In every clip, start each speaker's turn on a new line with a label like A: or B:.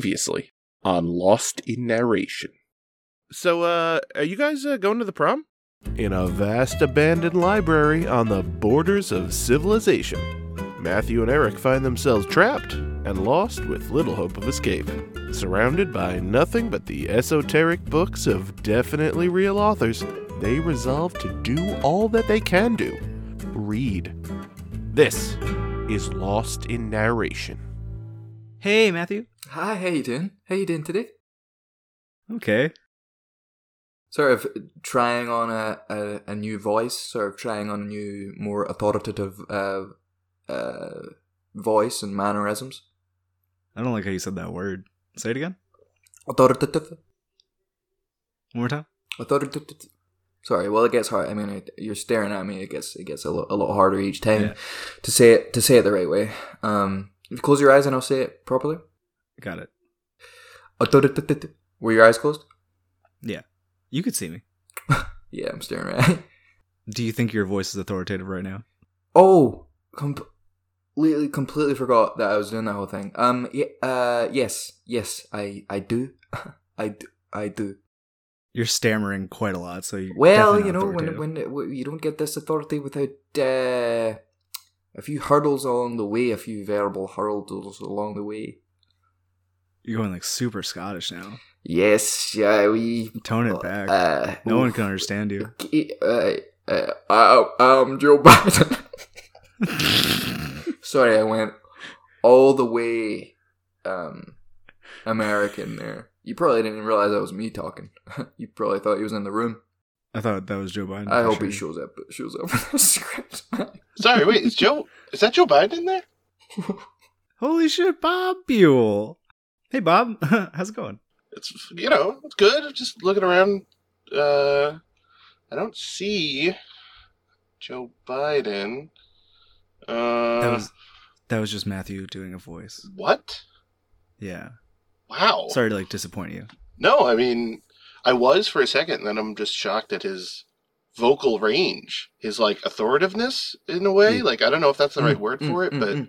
A: Previously on Lost in Narration.
B: So, uh, are you guys uh, going to the prom? In a vast abandoned library on the borders of civilization, Matthew and Eric find themselves trapped and lost with little hope of escape, surrounded by nothing but the esoteric books of definitely real authors. They resolve to do all that they can do read. This is Lost in Narration.
C: Hey, Matthew.
D: Hi, how you doing? How you doing today?
C: Okay.
D: Sort of trying on a, a, a new voice, sort of trying on a new, more authoritative uh, uh, voice and mannerisms.
C: I don't like how you said that word. Say it again.
D: Authoritative,
C: One more time.
D: authoritative. Sorry, well, it gets hard. I mean, it, you're staring at me. It gets it gets a lot a lot harder each time
C: Yeah.
D: to say it to say it the right way. Um, if you close your eyes and I'll say it properly.
C: Got it.
D: Authoritative. Were your eyes closed?
C: You could see me.
D: Yeah, I'm staring right. at you.
C: Do you think your voice is authoritative right now?
D: Oh, completely, completely forgot that I was doing that whole thing. Um, yeah, uh, yes, yes, I, I do, I, do, I do.
C: You're stammering quite a lot, so you
D: Well, you know, when, when when you don't get this authority without uh, a few hurdles along the way, a few verbal hurdles along the way.
C: you're going like super Scottish now.
D: Yes, yeah, we.
C: Tone it back.
D: Uh,
C: no one can understand you.
D: Uh, uh, I, I'm Joe Biden. Sorry, I went all the way um, American there. You probably didn't realize that was me talking. you probably thought he was in the room.
C: I thought that was Joe Biden.
D: I
C: for
D: hope he
C: sure.
D: shows up. Shows up with the script.
B: Sorry, wait, is Joe, is that Joe Biden there?
C: Holy shit, Bob Buell. Hey, Bob. How's it going?
E: it's you know it's good I'm just looking around uh i don't see joe biden uh
C: that was that was just Matthew doing a voice.
E: what
C: Yeah.
E: wow
C: Sorry to like disappoint you.
E: no i mean i was for a second and then i'm just shocked at his vocal range his like authoritiveness in a way
D: Mm.
E: like i don't know if that's the right word for it but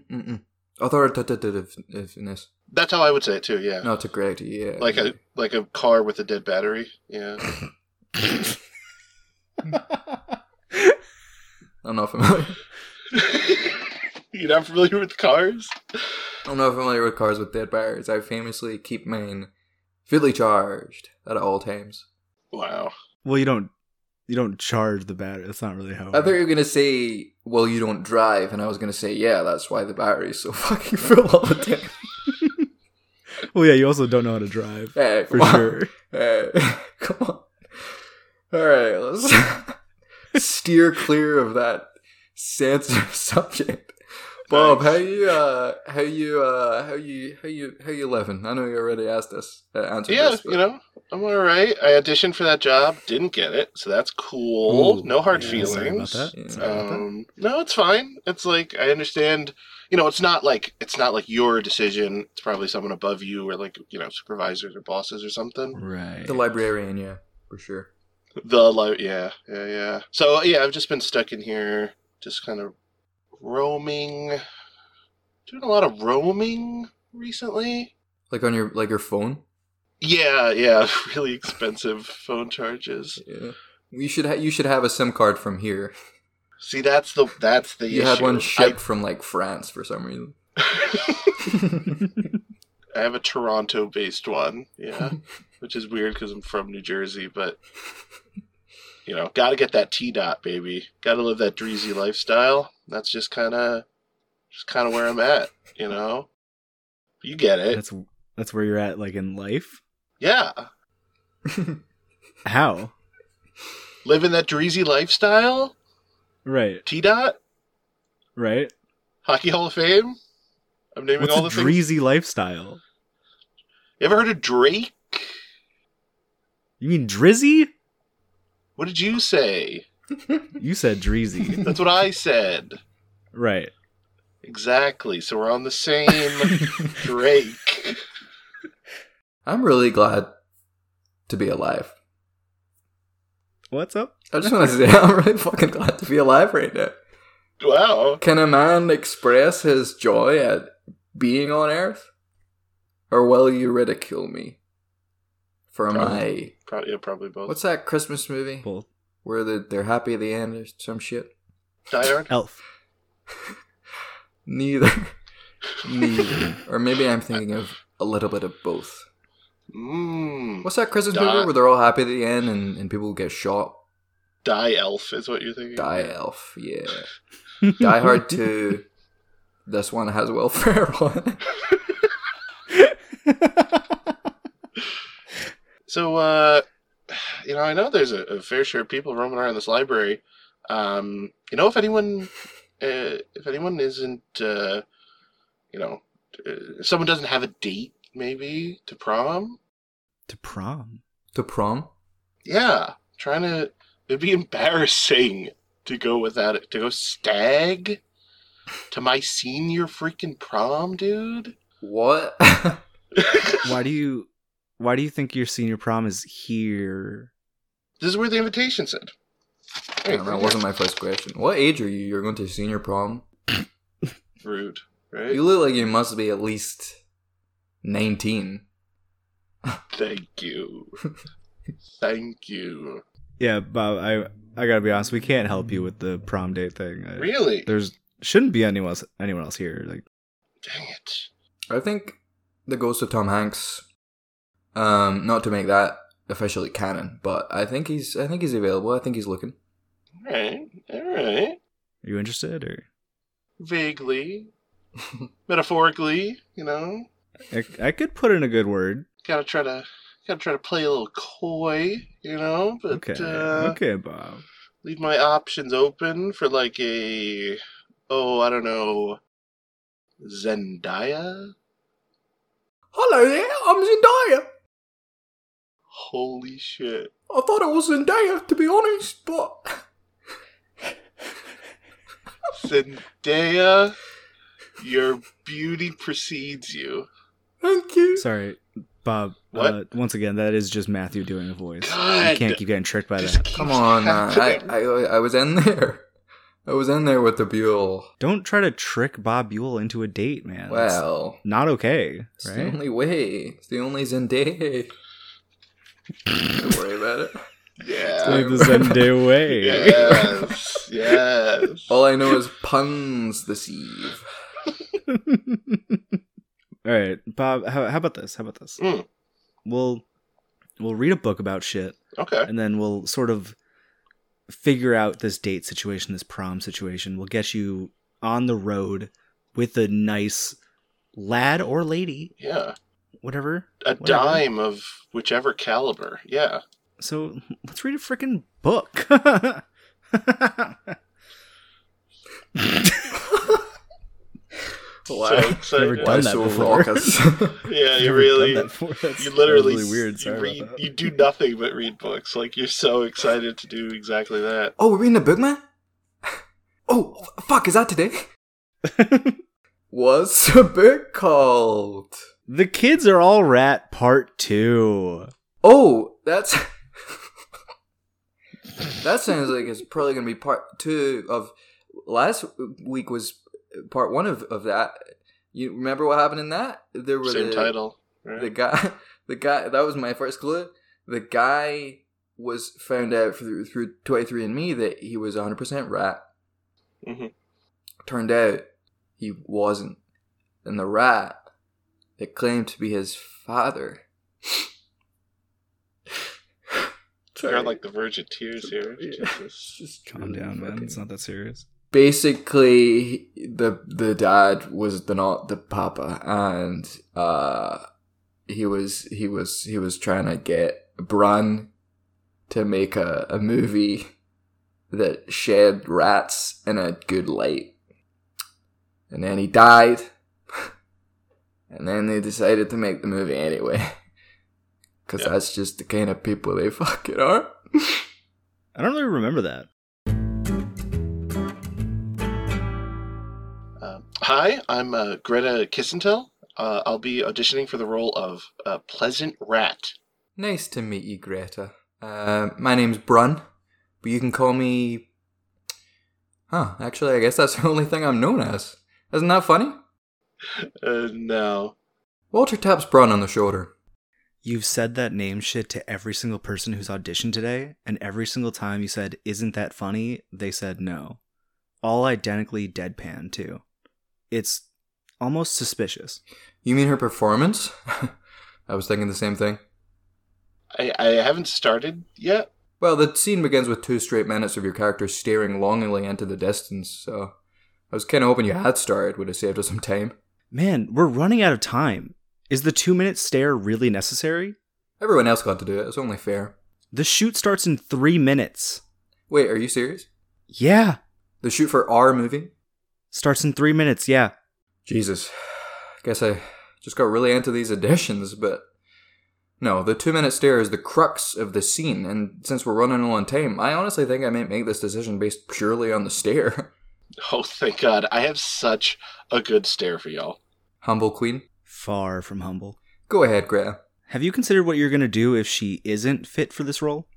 D: authoritativeness.
E: that's how i would say it too yeah
D: No, it's a great idea. Yeah.
E: like a like a car with a dead battery yeah
D: I'm not familiar.
E: you're not familiar with cars
D: I'm not familiar with cars with dead batteries. I famously keep mine fully charged at all times.
E: wow
C: Well, you don't you don't charge the battery. That's not really how. it
D: I thought you
C: works.
D: were gonna say, "Well, you don't drive," and I was gonna say, "Yeah, that's why the battery's so fucking full all the time."
C: Well, yeah, you also don't know how to drive.
D: Hey,
C: For
D: come on.
C: sure.
D: Hey, come on. All right, let's steer clear of that sensitive subject. Bob, how you, uh, how you, uh, how you, how you, how you living? I know you already asked this, uh, answered
E: Yeah,
D: this. but-
E: you know, I'm all right. I auditioned for that job, didn't get it, so that's cool.
D: Ooh,
E: no hard
C: Yeah,
E: feelings.
C: Sorry about that.
D: Yeah.
C: Sorry about that.
E: Um, no, it's fine. It's like I understand. You know, it's not like it's not like your decision. It's probably someone above you, or like you know, supervisors or bosses or something.
C: Right.
D: the librarian, yeah, for sure.
E: The like, yeah, yeah, yeah. So yeah, I've just been stuck in here, just kind of roaming, doing a lot of roaming recently.
D: Like on your, like your phone.
E: Yeah, yeah, really expensive phone charges.
D: Yeah. You should, ha- you should have a SIM card from here.
E: See, that's the that's the
D: You
E: issue.
D: had one
E: I-
D: shipped from like France for some reason.
E: I have a Toronto-based one, yeah, which is weird because I'm from New Jersey, but you know, gotta get that T dot, baby. Gotta live that dreezy lifestyle. That's just kind of, just kind of where I'm at, you know. You get it,
C: That's that's where you're at, like in life.
E: yeah.
C: How?
E: Living that dreezy lifestyle,
C: Right.
E: T dot,
C: Right.
E: Hockey Hall of Fame. I'm naming
C: What's
E: all
C: a
E: the things.
C: dreezy lifestyle?
E: You ever heard of Drake?
C: You mean drizzy?
E: What did you say?
C: You said dreezy.
E: That's what I said.
C: right.
E: Exactly. So we're on the same Drake.
D: I'm really glad to be alive.
C: What's up?
D: I just want to say I'm really fucking glad to be alive right now.
E: Wow.
D: Can a man express his joy at being on Earth? or will you ridicule me for my
E: Probably. Pro- yeah, probably both.
D: what's that Christmas movie
C: Both.
D: where the, they're happy at the end or some shit?
E: Die Hard?
C: Elf.
D: Neither, neither, or maybe I'm thinking of a little bit of both.
E: Mmm.
D: What's that Christmas
E: Die-
D: movie where they're all happy at the end and, and people get shot?
E: Die Elf is what you're thinking.
D: Die Elf, yeah. Die Hard Two. This one has Will Ferrell. in it.
E: So, uh, you know, I know there's a, a fair share of people roaming around this library. Um, you know, if anyone, uh, if anyone isn't, uh, you know, uh, if someone doesn't have a date, maybe to prom.
C: To prom.
D: to prom.
E: Yeah, trying to. It'd be embarrassing to go without it. To go stag to my senior freaking prom, dude.
D: What?
C: Why do you why do you think your senior prom is here?
E: This is where the invitation said.
D: I don't know, That wasn't my first question. What age are you? You're going to senior prom.
E: rude, right?
D: You look like you must be at least nineteen.
E: Thank you. Thank you.
C: Yeah, Bob, I I gotta be honest, we can't help you with the prom date thing. I-
E: Really?
C: There's shouldn't be anyone else anyone else here. Like
E: Dang it.
D: I think the ghost of Tom Hanks. Um, not to make that officially canon, but I think he's I think he's available. I think he's looking.
E: All right. All right.
C: are you interested or
E: Vaguely, metaphorically, you know,
C: I, I could put in a good word.
E: gotta try to gotta try to play a little coy, you know, but
C: Okay.
E: uh,
C: okay, Bob.
E: leave my options open for like a oh I don't know Zendaya.
D: Hello there, I'm Zendaya.
E: Holy shit!
D: I thought it was Zendaya to be honest, but
E: Zendaya, your beauty precedes you.
D: thank you.
C: Sorry, Bob.
E: What?
C: Uh, once again, that is just Matthew doing a voice. You
E: God.
C: can't keep getting tricked by
E: This
C: that.
E: keeps
D: Come on, man. I,
E: happening.
D: I I was in there. I was in there with the Buell.
C: Don't try to trick Bob Buell into a date, man. That's
D: Well,
C: not okay,
D: it's the
C: right?
D: only way. It's the only Zendaya. Don't worry about it.
E: yeah.
D: Like
C: Like
D: the
C: the
D: Zendaya
C: Zenday way.
E: Yes, yes.
D: All I know is puns this eve.
C: All right, Bob. How, how about this? How about this?
E: Mm.
C: We'll we'll read a book about shit,
E: Okay.
C: and then we'll sort of figure out this date situation, this prom situation. We'll get you on the road with a nice lad or lady,
E: Yeah.
C: whatever.
E: A
C: whatever.
E: dime of whichever caliber. Yeah.
C: So let's read a freaking book.
E: So excited.
C: Never
D: Why
C: done that
D: so
C: before.
D: raucous?
E: Yeah, you
C: Never
E: really,
C: done that before. That's-
E: you literally,
C: that's really weird.
E: You,
C: Sorry
E: read,
C: about that.
E: you do nothing but read books. Like you're so excited to do exactly that.
D: oh, we're reading the book, man. Oh, f- fuck! Is that today? What's the book called?
C: the kids are all rat part two.
D: Oh, that's that sounds like it's probably gonna be part two of last week was part one of, of that. You remember what happened in that? There were
E: Same
D: the,
E: title.
D: the
E: Right?
D: guy the guy that was my first clue the guy was found out through through 23andme that he was 100% rat
E: Mhm.
D: turned out he wasn't and the rat that claimed to be his father
E: You're on like the verge of tears here.
D: Yeah.
E: Jesus.
D: Just
C: Calm
D: really
C: down, man.
D: fucking-
C: It's not that serious.
D: basically the the dad was the not the papa and uh he was he was he was trying to get Bran to make a, a movie that shed rats in a good light. And then he died. And then they decided to make the movie anyway. Cause
E: Yeah.
D: that's just the kind of people they fucking are.
C: I don't really remember that.
E: Um, hi, I'm uh, Greta Kissentel. Uh, I'll be auditioning for the role of uh, Pleasant Rat.
D: Nice to meet you, Greta. Uh, my name's Brun, but you can call me. Huh, actually, I guess that's the only thing I'm known as. Isn't that funny?
E: Uh, no,
D: Walter taps Braun on the shoulder.
C: You've said that name shit to every single person who's auditioned today, and every single time you said, Isn't that funny? they said no. All identically deadpan, too. It's almost suspicious.
D: You mean her performance? I was thinking the same thing.
E: I, I haven't started yet.
D: Well, the scene begins with two straight minutes of your character staring longingly into the distance, so I was kind of hoping you had started, would have saved us some time.
C: Man, we're running out of time. Is the two minute stare really necessary?
D: Everyone else got to do it, it's only fair.
C: The shoot starts in three minutes.
D: Wait, are you serious?
C: Yeah.
D: The shoot for our movie?
C: Starts in three minutes, yeah.
D: Jesus. Guess I just got really into these additions, but no, the two minute stare is the crux of the scene, and since we're running low on time, I honestly think I might make this decision based purely on the stare.
E: Oh, thank God. I have such a good stare for y'all.
D: Humble Queen.
C: Far from humble.
D: Go ahead, Greta.
C: Have you considered what you're going to do if she isn't fit for this role?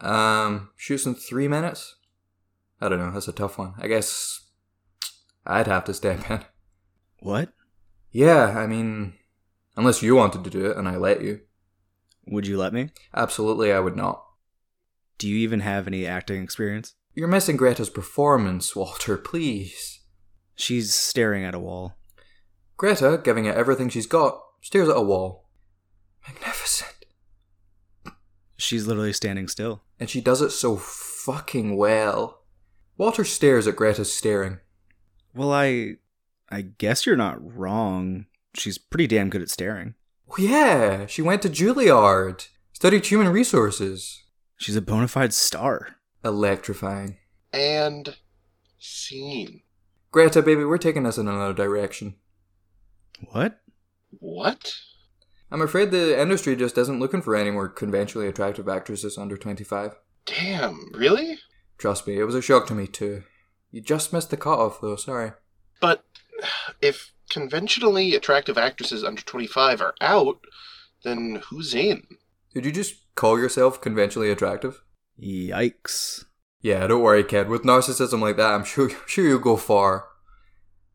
D: um, shoots in three minutes? I don't know, that's a tough one. I guess I'd have to step in.
C: What?
D: Yeah, I mean, unless you wanted to do it and I let you.
C: Would you let me?
D: Absolutely, I would not.
C: Do you even have any acting experience?
D: You're missing Greta's performance, Walter, please.
C: She's staring at a wall.
D: Greta, giving it everything she's got, stares at a wall. Magnificent.
C: She's literally standing still.
D: And she does it so fucking well. Walter stares at Greta's staring.
C: Well, I. I guess you're not wrong. She's pretty damn good at staring.
D: Oh, yeah, she went to Juilliard, studied human resources.
C: She's a bona fide star.
D: Electrifying.
E: And scene.
D: Greta, baby, we're taking us in another direction.
C: What?
E: What?
D: I'm afraid the industry just isn't looking for any more conventionally attractive actresses under 25.
E: Damn, really?
D: Trust me, it was a shock to me too. You just missed the cutoff though, sorry.
E: But if conventionally attractive actresses under 25 are out, then who's in?
D: Did you just call yourself conventionally attractive?
C: Yikes.
D: Yeah, don't worry, kid. With narcissism like that, I'm sure, sure you'll go far.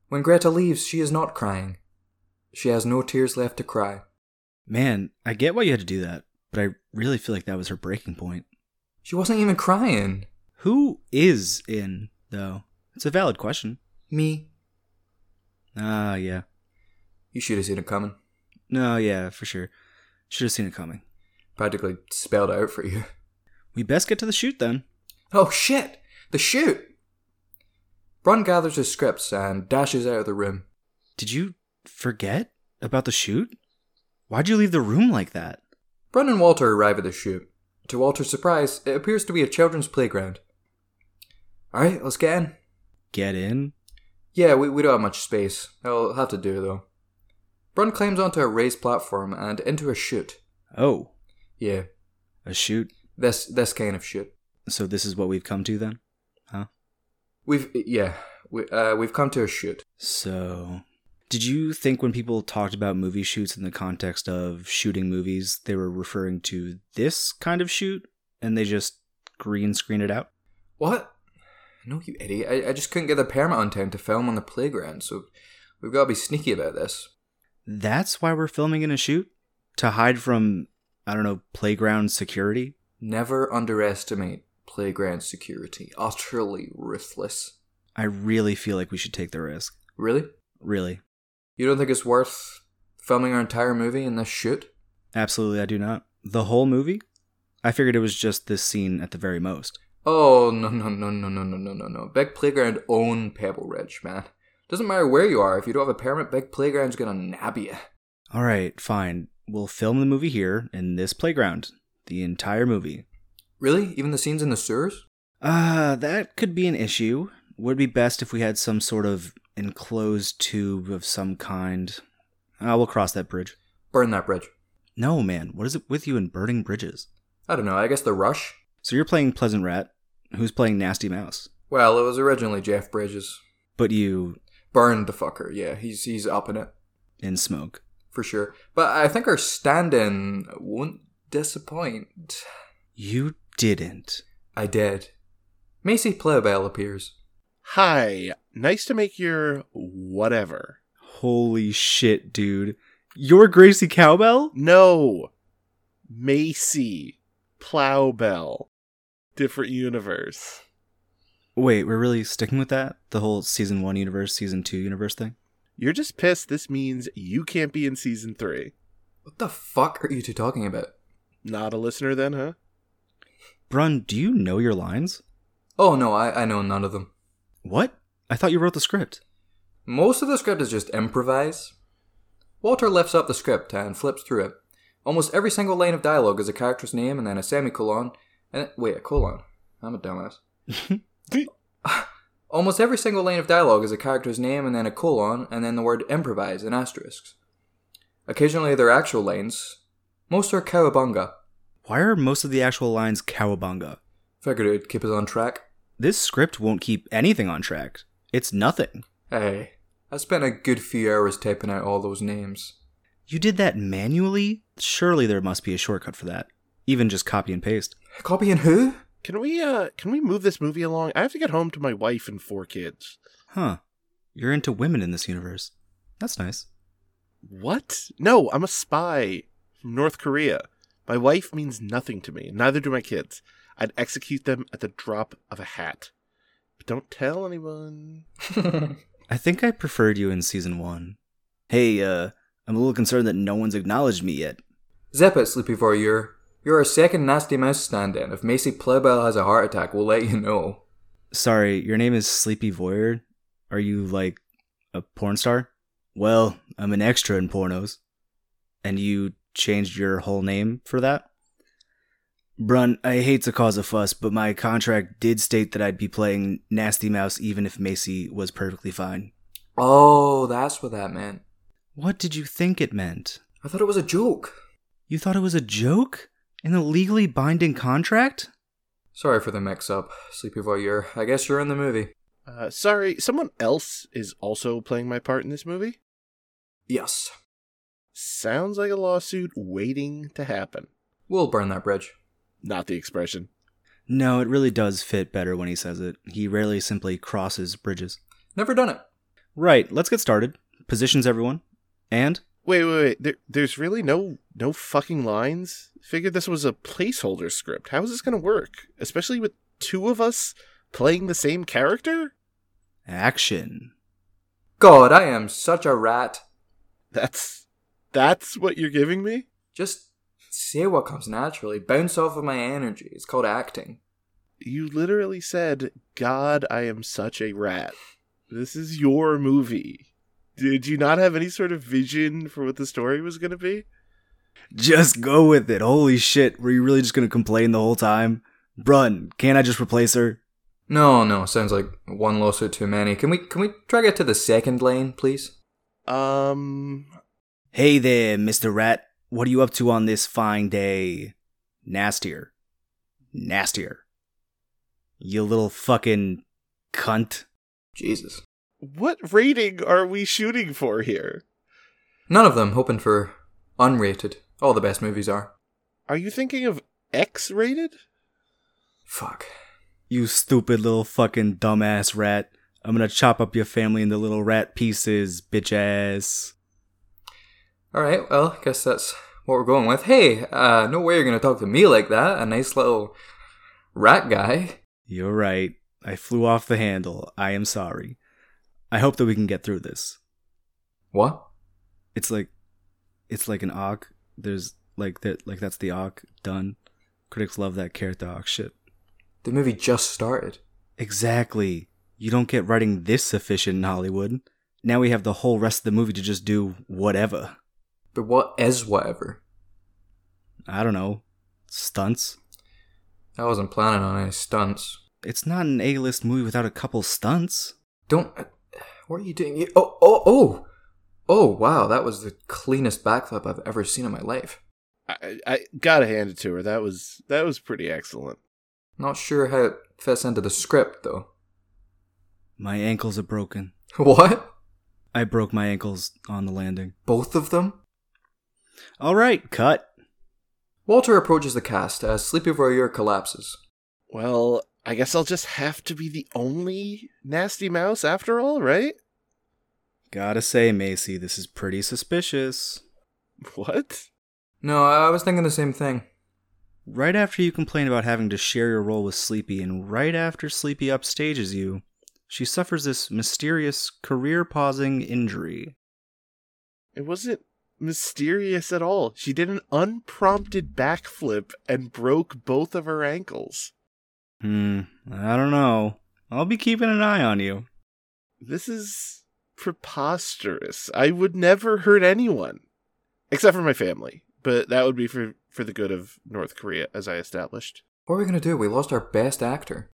D: When Greta leaves, she is not crying. She has no tears left to cry.
C: Man, I get why you had to do that, but I really feel like that was her breaking point.
D: She wasn't even crying.
C: Who is in, though? It's a valid question.
D: Me.
C: Ah, yeah.
D: You should have seen it coming.
C: No, yeah, for sure. Should have seen it coming.
D: Practically spelled out for you.
C: We best get to the shoot then.
D: Oh shit! The shoot! Bron gathers his scripts and dashes out of the room.
C: Did you forget about the shoot? Why'd you leave the room like that?
D: Bron and Walter arrive at the shoot. To Walter's surprise, it appears to be a children's playground. Alright, let's get in.
C: Get in?
D: Yeah, we, we don't have much space. I'll have to do though. Brun climbs onto a raised platform and into a chute.
C: Oh,
D: Yeah,
C: a shoot.
D: this this kind of chute.
C: So this is what we've come to then?
D: We've yeah, we uh, we've come to a chute.
C: So, did you think when people talked about movie shoots in the context of shooting movies, they were referring to this kind of shoot and they just green screen it out?
D: What? No, you idiot! I, I just couldn't get the permit on time to film on the playground, so we've got to be sneaky about this.
C: That's why we're filming in a shoot? To hide from, I don't know, playground security?
D: Never underestimate playground security. Utterly ruthless.
C: I really feel like we should take the risk.
D: Really?
C: Really.
D: You don't think it's worth filming our entire movie in this chute?
C: Absolutely, I do not. The whole movie? I figured it was just this scene at the very most.
D: Oh no no no no no no no no no! Big playground own Pebble Ridge, man. Doesn't matter where you are if you don't have a permit. Big playground's gonna nab you.
C: All right, fine. We'll film the movie here in this playground. The entire movie.
D: Really? Even the scenes in the sewers?
C: Ah, that could be an issue. Would be best if we had some sort of enclosed tube of some kind. Ah, we'll cross that bridge.
D: Burn that bridge.
C: No, man. What is it with you and burning bridges?
D: I don't know. I guess the rush.
C: So you're playing Pleasant Rat. Who's playing Nasty Mouse?
D: Well, it was originally Jeff Bridges.
C: But you
D: Burned the fucker. Yeah, he's he's up in it
C: in smoke.
D: for sure. But I think our stand-in won't disappoint.
C: You didn't.
D: I did. Macy Plebell appears.
B: Hi, nice to make your whatever.
C: Holy shit, dude. Your Gracie Cowbell?
B: No. Macy. Plowbell. Different universe.
C: Wait, we're really sticking with that? The whole season one universe, season two universe thing?
B: You're just pissed this means you can't be in season three.
D: What the fuck are you two talking about?
B: Not a listener then, huh?
C: Brun, do you know your lines?
D: Oh no, I, I know none of them.
C: What? I thought you wrote the script.
D: Most of the script is just improvise. Walter lifts up the script and flips through it. Almost every single line of dialogue is a character's name and then a semicolon and wait, a colon. I'm a dumbass. Almost every single line of dialogue is a character's name and then a colon and then the word improvise and asterisks. Occasionally they're actual lines. Most are cowabunga.
C: Why are most of the actual lines cowabunga?
D: Figured it'd keep us on track.
C: This script won't keep anything on track. It's nothing.
D: Hey, I spent a good few hours typing out all those names.
C: You did that manually? Surely there must be a shortcut for that. Even just copy and paste.
D: Copying who?
B: Can we uh can we move this movie along? I have to get home to my wife and four kids.
C: Huh. You're into women in this universe. That's nice.
B: What? No, I'm a spy from North Korea. My wife means nothing to me, neither do my kids. I'd execute them at the drop of a hat. But don't tell anyone.
C: I think I preferred you in season one. Hey, uh, I'm a little concerned that no one's acknowledged me yet.
D: Zip it, Sleepy Voyeur. You're our second Nasty Mouse stand in. If Macy Plebel has a heart attack, we'll let you know.
C: Sorry, your name is Sleepy Voyeur? Are you, like, a porn star? Well, I'm an extra in pornos. And you changed your whole name for that? Brun, I hate to cause a fuss, but my contract did state that I'd be playing Nasty Mouse even if Macy was perfectly fine.
D: Oh, that's what that meant.
C: What did you think it meant?
D: I thought it was a joke.
C: You thought it was a joke? In a legally binding contract?
D: Sorry for the mix up, Sleepy Voyeur. I guess you're in the movie.
B: Uh, sorry, someone else is also playing my part in this movie?
D: Yes.
B: Sounds like a lawsuit waiting to happen.
D: We'll burn that bridge.
B: Not the expression.
C: No, it really does fit better when he says it. He rarely simply crosses bridges.
D: Never done it.
C: Right, let's get started. Positions everyone. And?
B: Wait, wait, wait. There, there's really no no fucking lines. Figured this was a placeholder script. How is this gonna work? Especially with two of us playing the same character?
C: Action.
D: God, I am such a rat.
B: That's that's what you're giving me?
D: Just say what comes naturally. Bounce off of my energy. It's called acting.
B: You literally said, "God, I am such a rat." This is your movie. Did you not have any sort of vision for what the story was going to be?
C: Just go with it. Holy shit, were you really just gonna complain the whole time? Brun, can't I just replace her?
D: No, no, sounds like one lawsuit too many. Can we can we try to get to the second lane, please?
B: Um,
C: Hey there, Mr. Rat. What are you up to on this fine day? Nastier. Nastier. You little fucking cunt.
D: Jesus.
B: what rating are we shooting for here?
D: None of them hoping for unrated. All the best movies are.
B: Are you thinking of X rated?
D: Fuck.
C: You stupid little fucking dumbass rat. I'm gonna chop up your family into little rat pieces, bitch ass.
D: Alright, well, guess that's what we're going with. Hey, uh, no way you're gonna talk to me like that, a nice little rat guy.
C: You're right. I flew off the handle. I am sorry. I hope that we can get through this.
D: What?
C: It's like, it's like an awk. There's like that, like that's the awk done. Critics love that character awk shit.
D: The movie just started.
C: Exactly. You don't get writing this efficient in Hollywood. Now we have the whole rest of the movie to just do whatever.
D: But what is whatever?
C: I don't know. Stunts.
D: I wasn't planning on any stunts.
C: It's not an A-list movie without a couple stunts.
D: Don't. uh, What are you doing? You- Oh, oh, oh! Oh, wow, that was the cleanest backflip I've ever seen in my life.
B: I, I gotta hand it to her. That was that was pretty excellent.
D: Not sure how it fits into the script, though.
C: My ankles are broken.
D: What?
C: I broke my ankles on the landing.
D: Both of them?
C: All right, cut.
D: Walter approaches the cast as Sleepy Voyeur collapses.
B: Well, I guess I'll just have to be the only nasty mouse after all, right?
C: Gotta say, Macy, this is pretty suspicious.
A: What?
D: No, I was thinking the same thing.
C: Right after you complain about having to share your role with Sleepy, and right after Sleepy upstages you, she suffers this mysterious career pausing injury.
B: It wasn't mysterious at all. She did an unprompted backflip and broke both of her ankles.
C: Hmm, I don't know. I'll be keeping an eye on you.
B: This is preposterous. I would never hurt anyone except for my family, but that would be for for the good of North Korea as I established.
D: What are we gonna do? We lost our best actor.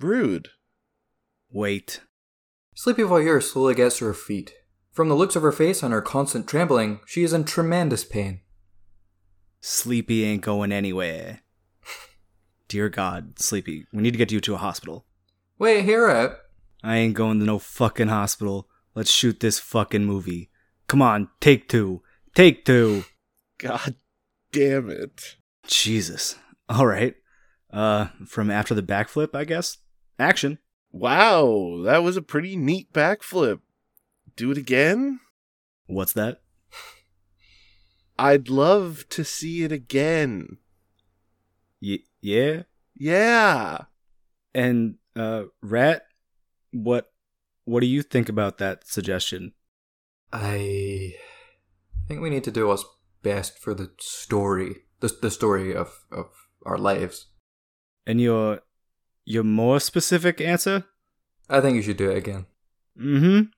B: Rude.
C: Wait.
D: Sleepy Voyeur slowly gets to her feet. From the looks of her face and her constant trembling, she is in tremendous pain.
C: Sleepy ain't going anywhere. Dear God, Sleepy, we need to get you to a hospital.
D: Wait, hear it.
C: I ain't going to no fucking hospital. Let's shoot this fucking movie. Come on, take two. Take two.
B: God damn it.
C: Jesus. All right. Uh, from after the backflip, I guess. Action.
B: Wow, that was a pretty neat backflip. Do it again?
C: What's that?
B: I'd love to see it again.
C: Y- yeah.
B: Yeah.
C: And uh, Rat, what, what do you think about that suggestion?
D: I think we need to do what's best for the story, the, the story of, of our lives.
C: And your, your more specific answer?
D: I think you should do it again.
C: Mm-hmm.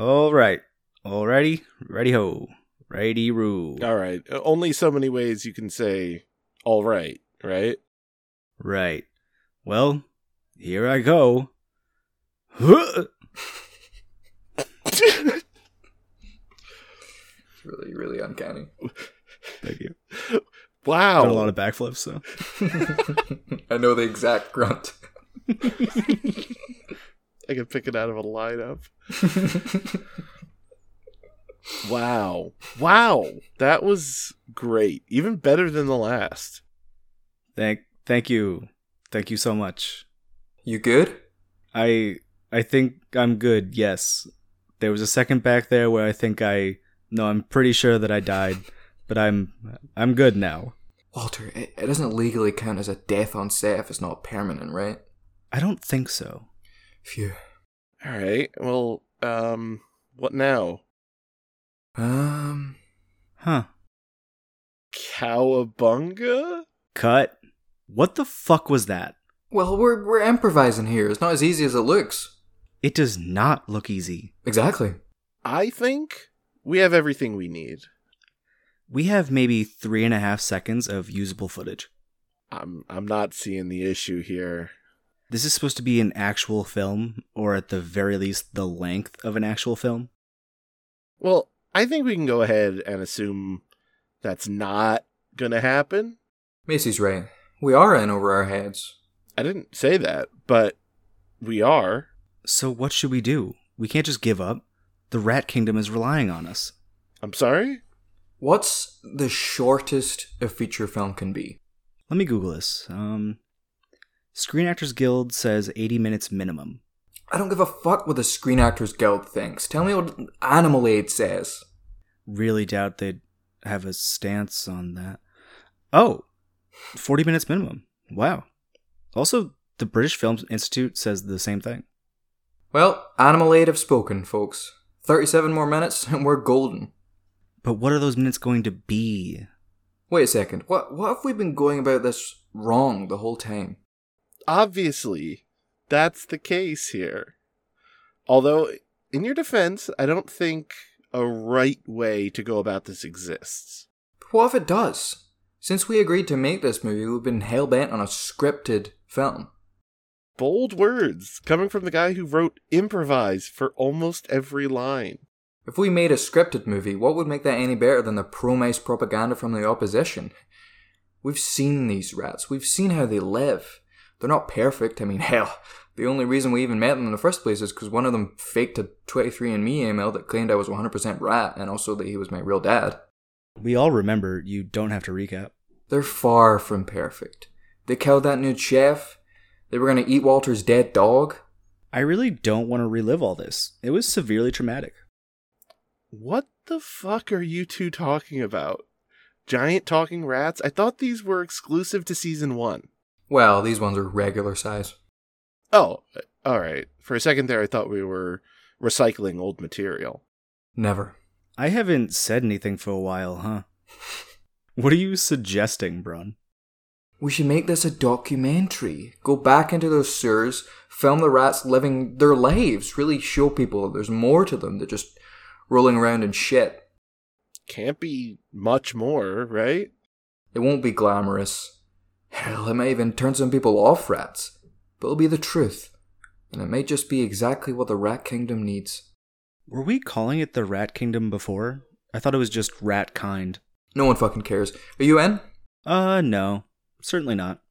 C: All right. Alrighty. Ready ho. Ready roo.
B: All right. Only so many ways you can say all right, right?
C: Right. Well, here I go. Huh.
D: It's really, really uncanny.
C: Thank you.
B: Wow.
C: Done a lot of backflips, so.
D: I know the exact grunt.
B: I can pick it out of a lineup. Wow. Wow. That was great. Even better than the last.
C: Thank thank you. Thank you so much.
D: you good?
C: I I think I'm good, yes. There was a second back there where I think I no, I'm pretty sure that I died, but I'm I'm good now.
D: Walter, it, it doesn't legally count as a death on set if it's not permanent, right?
C: I don't think so.
D: Phew.
B: All right. Well, um what now?
D: Um,
C: Huh.
B: Cowabunga?
C: Cut. What the fuck was that?
D: well, we're, we're improvising here. It's not as easy as it looks.
C: It does not look easy.
D: Exactly.
B: I think we have everything we need.
C: We have maybe three and a half seconds of usable footage.
B: I'm I'm not seeing the issue here.
C: This is supposed to be an actual film, or at the very least, the length of an actual film.
B: Well, I think we can go ahead and assume that's not going to happen.
D: Macy's right. We are in over our heads.
B: I didn't say that, but we are.
C: So, what should we do? We can't just give up. The Rat Kingdom is relying on us.
B: I'm sorry?
D: What's the shortest a feature film can be?
C: Let me Google this. Um, Screen Actors Guild says 80 minutes minimum.
D: I don't give a fuck what the Screen Actors Guild thinks. Tell me what Animal Aid says.
C: Really doubt they'd have a stance on that. Oh, 40 minutes minimum. Wow. Also, the British Film Institute says the same thing.
D: Well, Animal Aid have spoken, folks. 37 more minutes and we're golden.
C: But what are those minutes going to be?
D: Wait a second. What what have we been going about this wrong the whole time?
B: Obviously, that's the case here. Although, in your defense, I don't think a right way to go about this exists.
D: But what if it does? Since we agreed to make this movie, we've been hell bent on a scripted film.
B: Bold words coming from the guy who wrote improvise for almost every line.
D: If we made a scripted movie, what would make that any better than the pro mice propaganda from the opposition? We've seen these rats. We've seen how they live. They're not perfect. I mean, hell, the only reason we even met them in the first place is because one of them faked a 23andMe email that claimed I was 100% rat and also that he was my real dad.
C: We all remember, you don't have to recap.
D: They're far from perfect. They killed that nude chef. They were going to eat Walter's dead dog.
C: I really don't want to relive all this. It was severely traumatic.
B: What the fuck are you two talking about? Giant talking rats? I thought these were exclusive to season one.
D: Well, these ones are regular size.
B: Oh, all right. For a second there, I thought we were recycling old material.
D: Never.
C: I haven't said anything for a while, huh? What are you suggesting, Brun?
D: We should make this a documentary. Go back into those sewers, film the rats living their lives, really show people that there's more to them than just rolling around in shit.
B: Can't be much more, right?
D: It won't be glamorous. Hell, it may even turn some people off rats, but it'll be the truth. And it may just be exactly what the rat kingdom needs.
C: Were we calling it the Rat Kingdom before? I thought it was just Rat Kind.
D: No one fucking cares. Are you in?
C: Uh, no. Certainly not.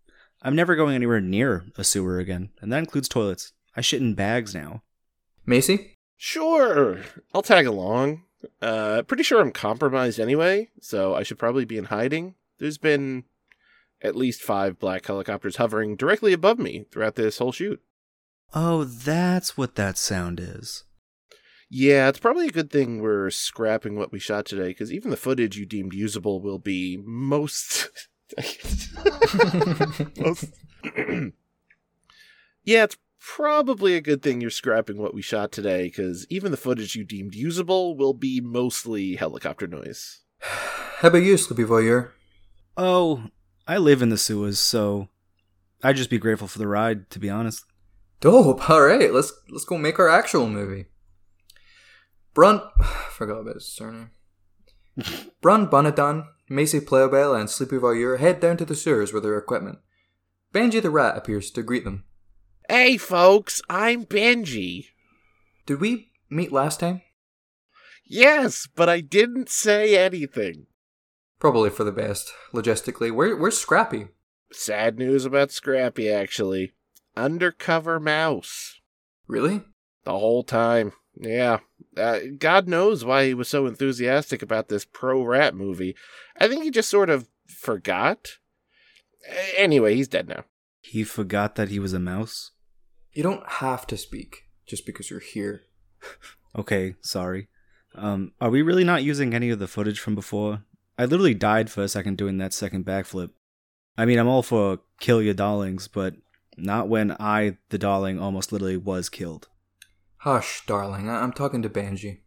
C: I'm never going anywhere near a sewer again, and that includes toilets. I shit in bags now.
D: Macy?
B: Sure, I'll tag along. Uh, pretty sure I'm compromised anyway, so I should probably be in hiding. There's been at least five black helicopters hovering directly above me throughout this whole shoot.
C: Oh, that's what that sound is.
B: Yeah, it's probably a good thing we're scrapping what we shot today, because even the footage you deemed usable will be most. most... yeah, it's probably a good thing you're scrapping what we shot today, because even the footage you deemed usable will be mostly helicopter noise.
D: How about you, Sleepy Voyeur?
C: Oh, I live in the sewers, so I'd just be grateful for the ride, to be honest.
D: Dope. All right, let's let's go make our actual movie. Brunt, forgot about his surname. Brun Bonadan, Macy Playbell, and Sleepy Voyeur head down to the sewers with their equipment. Benji the rat appears to greet them.
B: Hey, folks, I'm Benji.
D: Did we meet last time?
B: Yes, but I didn't say anything.
D: Probably for the best, logistically. We're, we're scrappy.
B: Sad news about Scrappy, actually. Undercover mouse.
D: Really?
B: The whole time. Yeah. Uh, God knows why he was so enthusiastic about this pro rat movie. I think he just sort of forgot. A- Anyway, he's dead now.
C: He forgot that he was a mouse?
D: You don't have to speak just because you're here.
C: Okay, sorry. Um, are we really not using any of the footage from before? I literally died for a second doing that second backflip. I mean, I'm all for kill your darlings, but not when I, the darling, almost literally was killed.
D: Hush, darling. I- I'm talking to Banji.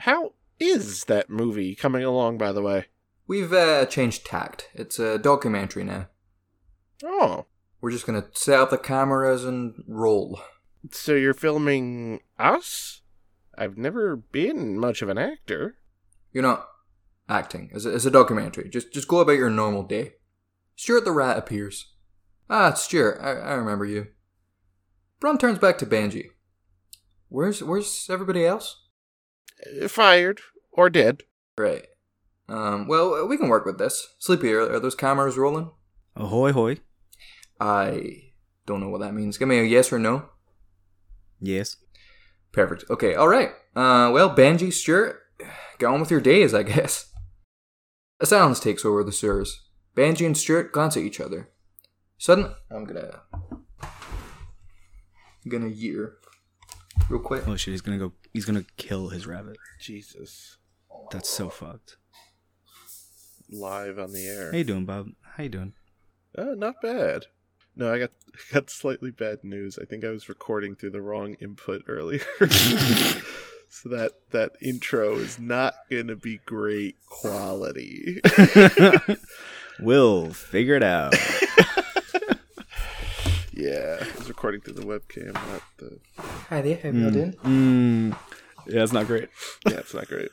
B: How is that movie coming along, by the way?
D: We've uh, changed tact. It's a documentary now.
B: Oh,
D: We're just gonna set up the cameras and roll.
B: so you're filming us? I've never been much of an actor.
D: You're not acting. It's a, it's a documentary. Just just go about your normal day. Stuart the rat appears. Ah, it's Stuart. I, I remember you. Bron turns back to Banji. Where's where's everybody else?
B: Uh, Fired or dead.
D: Right. Um, well, we can work with this. Sleepy, are, are those cameras rolling?
C: Ahoy hoy.
D: I don't know what that means. Give me a yes or no.
C: Yes.
D: Perfect. Okay, all right. Uh, well, Banji, Stuart, get on with your days, I guess. A silence takes over the sewers. Banji and Stuart glance at each other. Sudden, I'm gonna, I'm gonna year, real quick.
C: Oh shit, he's gonna go he's gonna kill his rabbit.
B: Jesus.
C: That's so fucked.
B: Live on the air.
C: How you doing, Bob? How you doing?
B: Uh, not bad. No, I got I got slightly bad news. I think I was recording through the wrong input earlier. so that that intro is not going to be great quality.
C: we'll figure it out.
B: yeah, I was recording through the webcam, not the
D: Hi there, how you doing?
C: Mm. Yeah, it's not great.
B: Yeah, it's not great.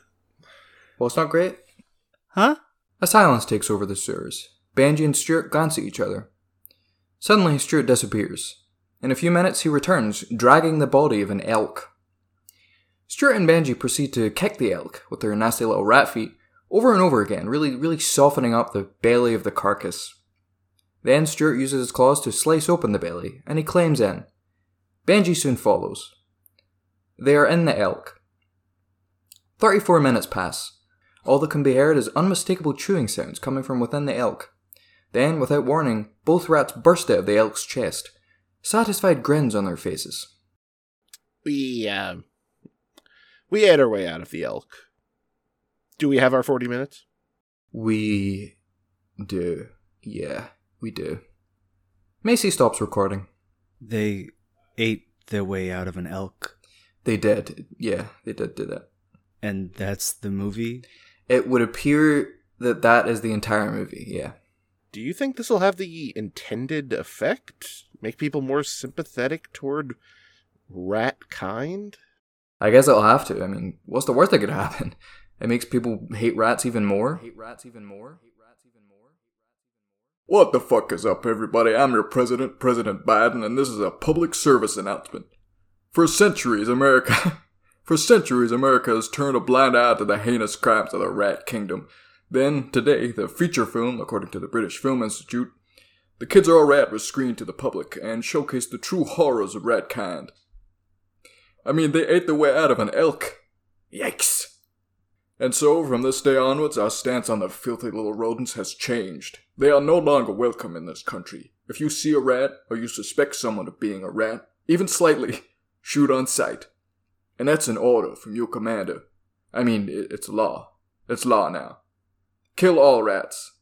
D: Well, it's not great.
C: Huh?
D: A silence takes over the sewers. Banji and Stuart glance at each other. Suddenly, Stuart disappears. In a few minutes, he returns, dragging the body of an elk. Stuart and Banji proceed to kick the elk with their nasty little rat feet over and over again, really, really softening up the belly of the carcass. Then Stuart uses his claws to slice open the belly, and he claims in. Banji soon follows. They are in the elk. Thirty-four minutes pass. All that can be heard is unmistakable chewing sounds coming from within the elk. Then, without warning, both rats burst out of the elk's chest, satisfied grins on their faces.
B: We um we had our way out of the elk. Do we have our 40 minutes?
A: We do. Yeah, we do. Macy stops recording.
C: They ate their way out of an elk,
A: They did. Yeah, they did do that.
C: and that's the movie.
A: It would appear that that is the entire movie. Yeah.
B: Do you think this will have the intended effect? Make people more sympathetic toward rat kind?
A: I guess it'll have to. I mean, what's the worst that could happen? It makes people hate rats even more. Hate rats even more. Hate rats even more. What the fuck is up, everybody? I'm your president, President Biden, and this is a public service announcement. For centuries, America, for centuries, America has turned a blind eye to the heinous crimes of the rat kingdom. Then, today, the feature film, according to the British Film Institute, The Kids Are All Rat was screened to the public and showcased the true horrors of rat kind. I mean, they ate their way out of an elk. Yikes. And so, from this day onwards, our stance on the filthy little rodents has changed. They are no longer welcome in this country. If you see a rat, or you suspect someone of being a rat, even slightly, shoot on sight. And that's an order from your commander. I mean, i- it's law. It's law now. Kill all rats.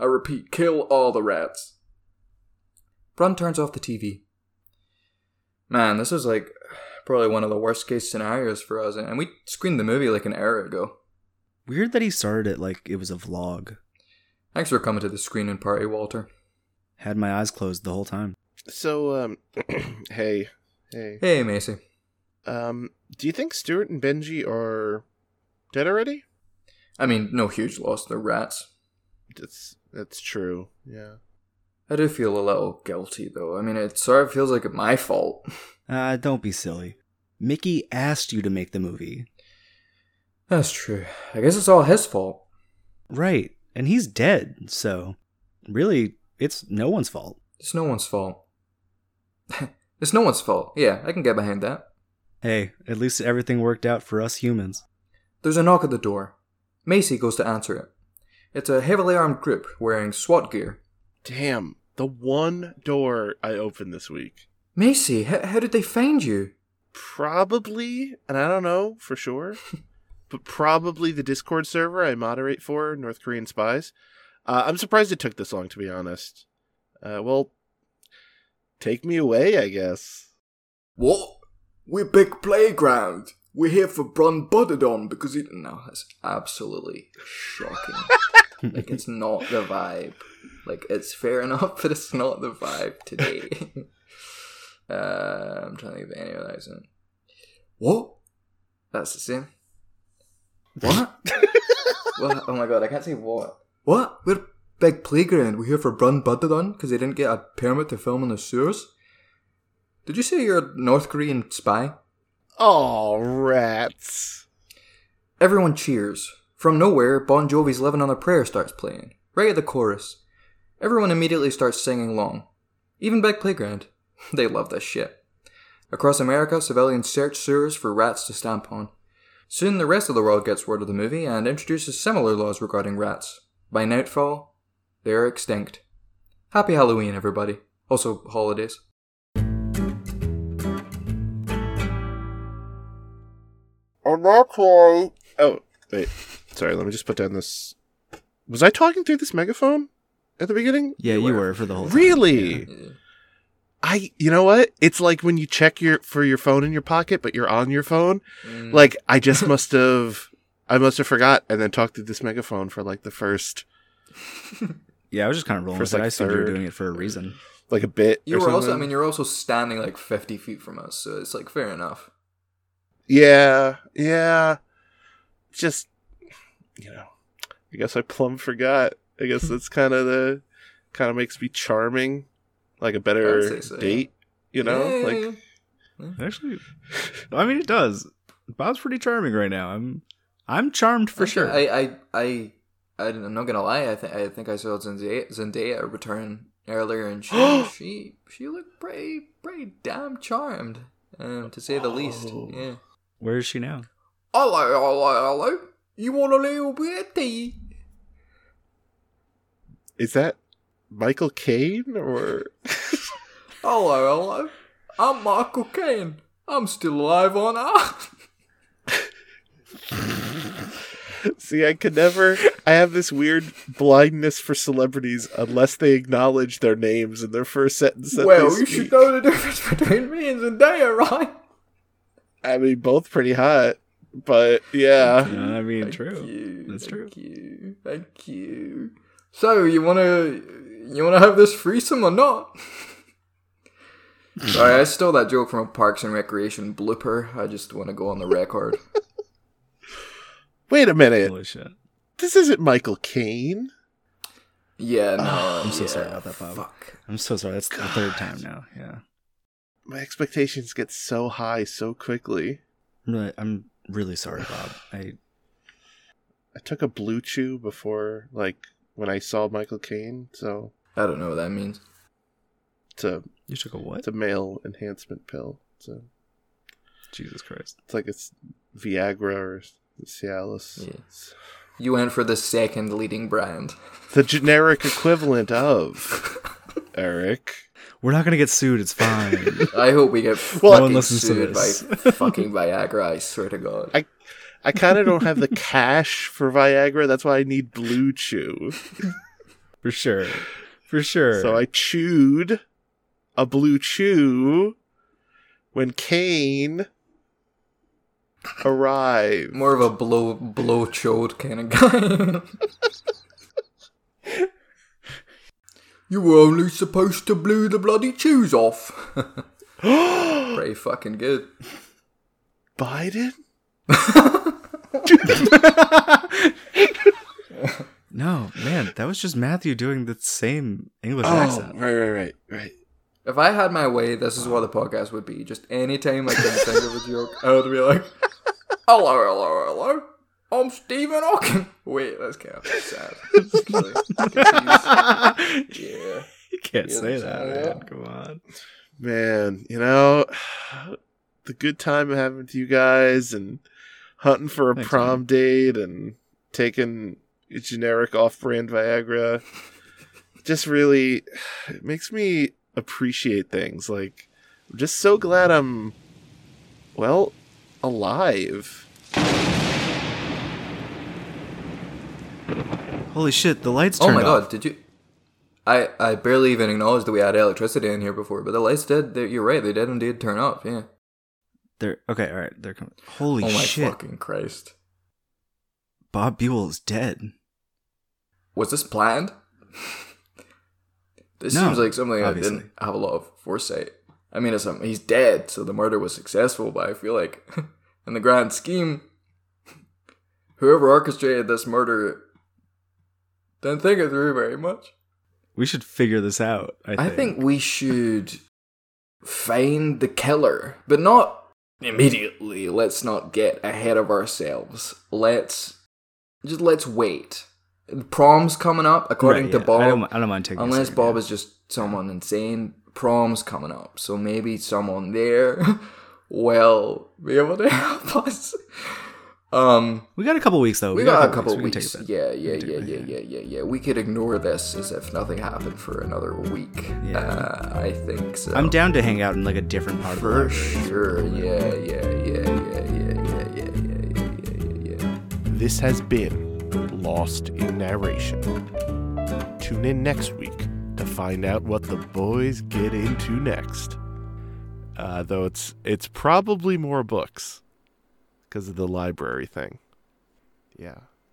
A: I repeat, kill all the rats. Brun turns off the TV. Man, this is like probably one of the worst case scenarios for us, and we screened the movie like an hour ago.
C: Weird that he started it like it was a vlog.
A: Thanks for coming to the screening party, Walter.
C: Had my eyes closed the whole time.
B: So, um, hey, hey.
A: Hey, Macy.
B: Um, do you think Stuart and Benji are dead already?
A: I mean, no huge loss, they're rats.
B: That's that's true. Yeah.
A: I do feel a little guilty, though. I mean, it sort of feels like my fault.
C: Ah, don't be silly. Mickey asked you to make the movie.
A: That's true. I guess it's all his fault.
C: Right. And he's dead, so really, it's no one's fault.
A: It's no one's fault. it's no one's fault. Yeah, I can get behind that.
C: Hey, at least everything worked out for us humans.
A: There's a knock at the door. Macy goes to answer it. It's a heavily armed group wearing SWAT gear.
B: Damn, the one door I opened this week.
A: Macy, h- how did they find you?
B: Probably, and I don't know for sure, but probably the Discord server I moderate for North Korean spies. Uh, I'm surprised it took this long, to be honest. Uh, well, take me away, I guess.
A: What? We're big playground. We're here for Bron butted on because he. No, that's absolutely shocking. like it's not the vibe. Like it's fair enough, but it's not the vibe today. uh, I'm trying to think of any of those. in. What? That's the same. What? what? Oh my god, I can't say what. What? We're big playground. We're here for Brun butted on because they didn't get a permit to film in the sewers. Did you say you're a North Korean spy?
B: Oh, rats.
A: Everyone cheers. From nowhere, Bon Jovi's Living on a Prayer starts playing, right at the chorus. Everyone immediately starts singing along. Even back playground. they love this shit. Across America, civilians search sewers for rats to stamp on. Soon the rest of the world gets word of the movie and introduces similar laws regarding rats. By nightfall, they are extinct. Happy Halloween, everybody. Also, holidays.
B: And that's why. Oh, wait. Sorry, let me just put down this. Was I talking through this megaphone at the beginning?
C: Yeah, you, were. for the whole time.
B: Really? I. You know what? It's like when you check your for your phone in your pocket, but you're on your phone.
A: Mm.
B: Like I just must have. I must have forgot, and then talked through this megaphone for like the first,
C: Yeah, I was just kind of rolling
B: For
C: with it.
B: like
C: I assumed you were
B: third.
C: doing it for a reason.
B: like a bit.
A: You
B: or
A: were also, I
B: something.
A: mean, you're also standing like 50 feet from us, so it's like fair enough.
B: Yeah, yeah. Just you know, I guess I plumb forgot. I guess that's kind of the kind of makes me charming, like a
A: I
B: better
A: would say so, yeah.
B: date. You know,
A: Yeah,
B: like
A: yeah,
C: Actually, I mean, it does. Bob's pretty charming right now. I'm, I'm charmed for
A: I-
C: sure.
A: I, I, I, I, am not gonna lie. I think I think I saw Zendaya, Zendaya return earlier, and she, she, she looked pretty, pretty damn charmed, um, to say the least.
B: Oh.
A: Yeah.
C: Where is she now?
A: Hello, hello, hello. You want a little bit of tea?
B: is that Michael Caine or
A: Hello, hello. I'm Michael Caine. I'm still alive on Earth.
B: See, I could never. I have this weird blindness for celebrities unless they acknowledge their names in their first sentence. That
A: well,
B: they
A: you
B: speak.
A: should know the difference between me and Zendaya, right?
B: I mean, both pretty hot, but yeah.
C: I mean,
A: Thank
C: true.
A: You.
C: That's true.
A: thank You. Thank you. So you wanna you wanna have this threesome or not? Sorry, I stole that joke from a Parks and Recreation blooper. I just want to go on the record.
B: Wait a minute.
C: Holy shit.
B: This isn't Michael Caine.
A: Yeah, no.
C: I'm so
A: yeah,
C: sorry about that, Bob.
A: Fuck.
C: I'm so sorry. That's the third time now. Yeah.
B: My expectations get so high so quickly.
C: I'm really, I'm really sorry, Bob. I
B: I took a blue chew before, like when I saw Michael Caine, so
A: I don't know what that means.
B: it's a
C: you took a what?
B: it's a male enhancement pill. It's a,
C: Jesus Christ.
B: it's like it's Viagra or Cialis.
A: Yeah.
B: It's
A: You went for the second leading brand.
B: the generic equivalent of Eric.
C: We're not gonna get sued. It's fine.
A: I hope we get
B: Well,
C: no
A: fucking
C: one listens to
A: sued
C: this.
A: by fucking Viagra. I swear to God.
B: I- I kind of don't have the cash for Viagra. That's why I need Blue Chew.
C: For sure. For sure.
B: So I chewed a blue chew when Kane arrived.
A: More of a blow blow chode kind of guy. you were only supposed to blow the bloody chews off. Pretty fucking good.
B: Biden?
C: No, man, that was just Matthew doing the same English
B: Oh,
C: accent.
B: right, right, right, right.
A: If I had my way, this is what the podcast would be. Just anytime I can think of a joke, I would be like, "Hello, hello, hello. I'm Stephen Hawking." Wait, that's kind of sad. It's really confused. yeah.
C: you can't say that,
A: Yeah.
C: man. Come on.
B: Man, you know, the good time I'm having with you guys and hunting for a
C: Thanks,
B: prom date and taking generic off brand Viagra just really it makes me appreciate things. Like, I'm just so glad I'm, well, alive.
C: Holy shit, the lights
A: Oh
C: turned
A: my
C: off.
A: god, did you? I I barely even acknowledged that we had electricity in here before, but the lights did. They, you're right, they did indeed turn off. Yeah.
C: They're okay, all right, they're coming. Holy
A: oh my
C: shit.
A: fucking Christ!
C: Bob Buell is dead.
A: Was this planned? this
C: No,
A: seems like something
C: obviously.
A: I didn't have a lot of foresight. I mean, it's um, he's dead, so the murder was successful. But I feel like, in the grand scheme, whoever orchestrated this murder didn't think it through very much.
C: We should figure this out, I think.
A: I think. we should find the killer, but not immediately. Let's not get ahead of ourselves. Let's just let's wait. Prom's coming up, according
C: Right,
A: to
C: yeah,
A: Bob.
C: I don't, I don't mind taking a
A: unless
C: second,
A: Bob
C: yeah.
A: is just someone insane, prom's coming up, so maybe someone there will be able to help us. Um,
C: We got a couple weeks though.
A: we got a couple
C: We can
A: weeks.
C: take a bit.
A: Yeah, yeah,
C: We can
A: yeah,
C: take a
A: yeah,
C: bit,
A: yeah, yeah, yeah. We could ignore this as if nothing happened for another week.
C: Yeah.
A: Uh, I think so.
C: I'm down to hang out in like a different part of the
A: for
C: library.
A: sure. Yeah, yeah, yeah, yeah, yeah, yeah, yeah, yeah, yeah, yeah, yeah.
F: This has been Lost in Narration. Tune in next week to find out what the boys get into next. Uh, though it's it's probably more books because of the library thing. Yeah.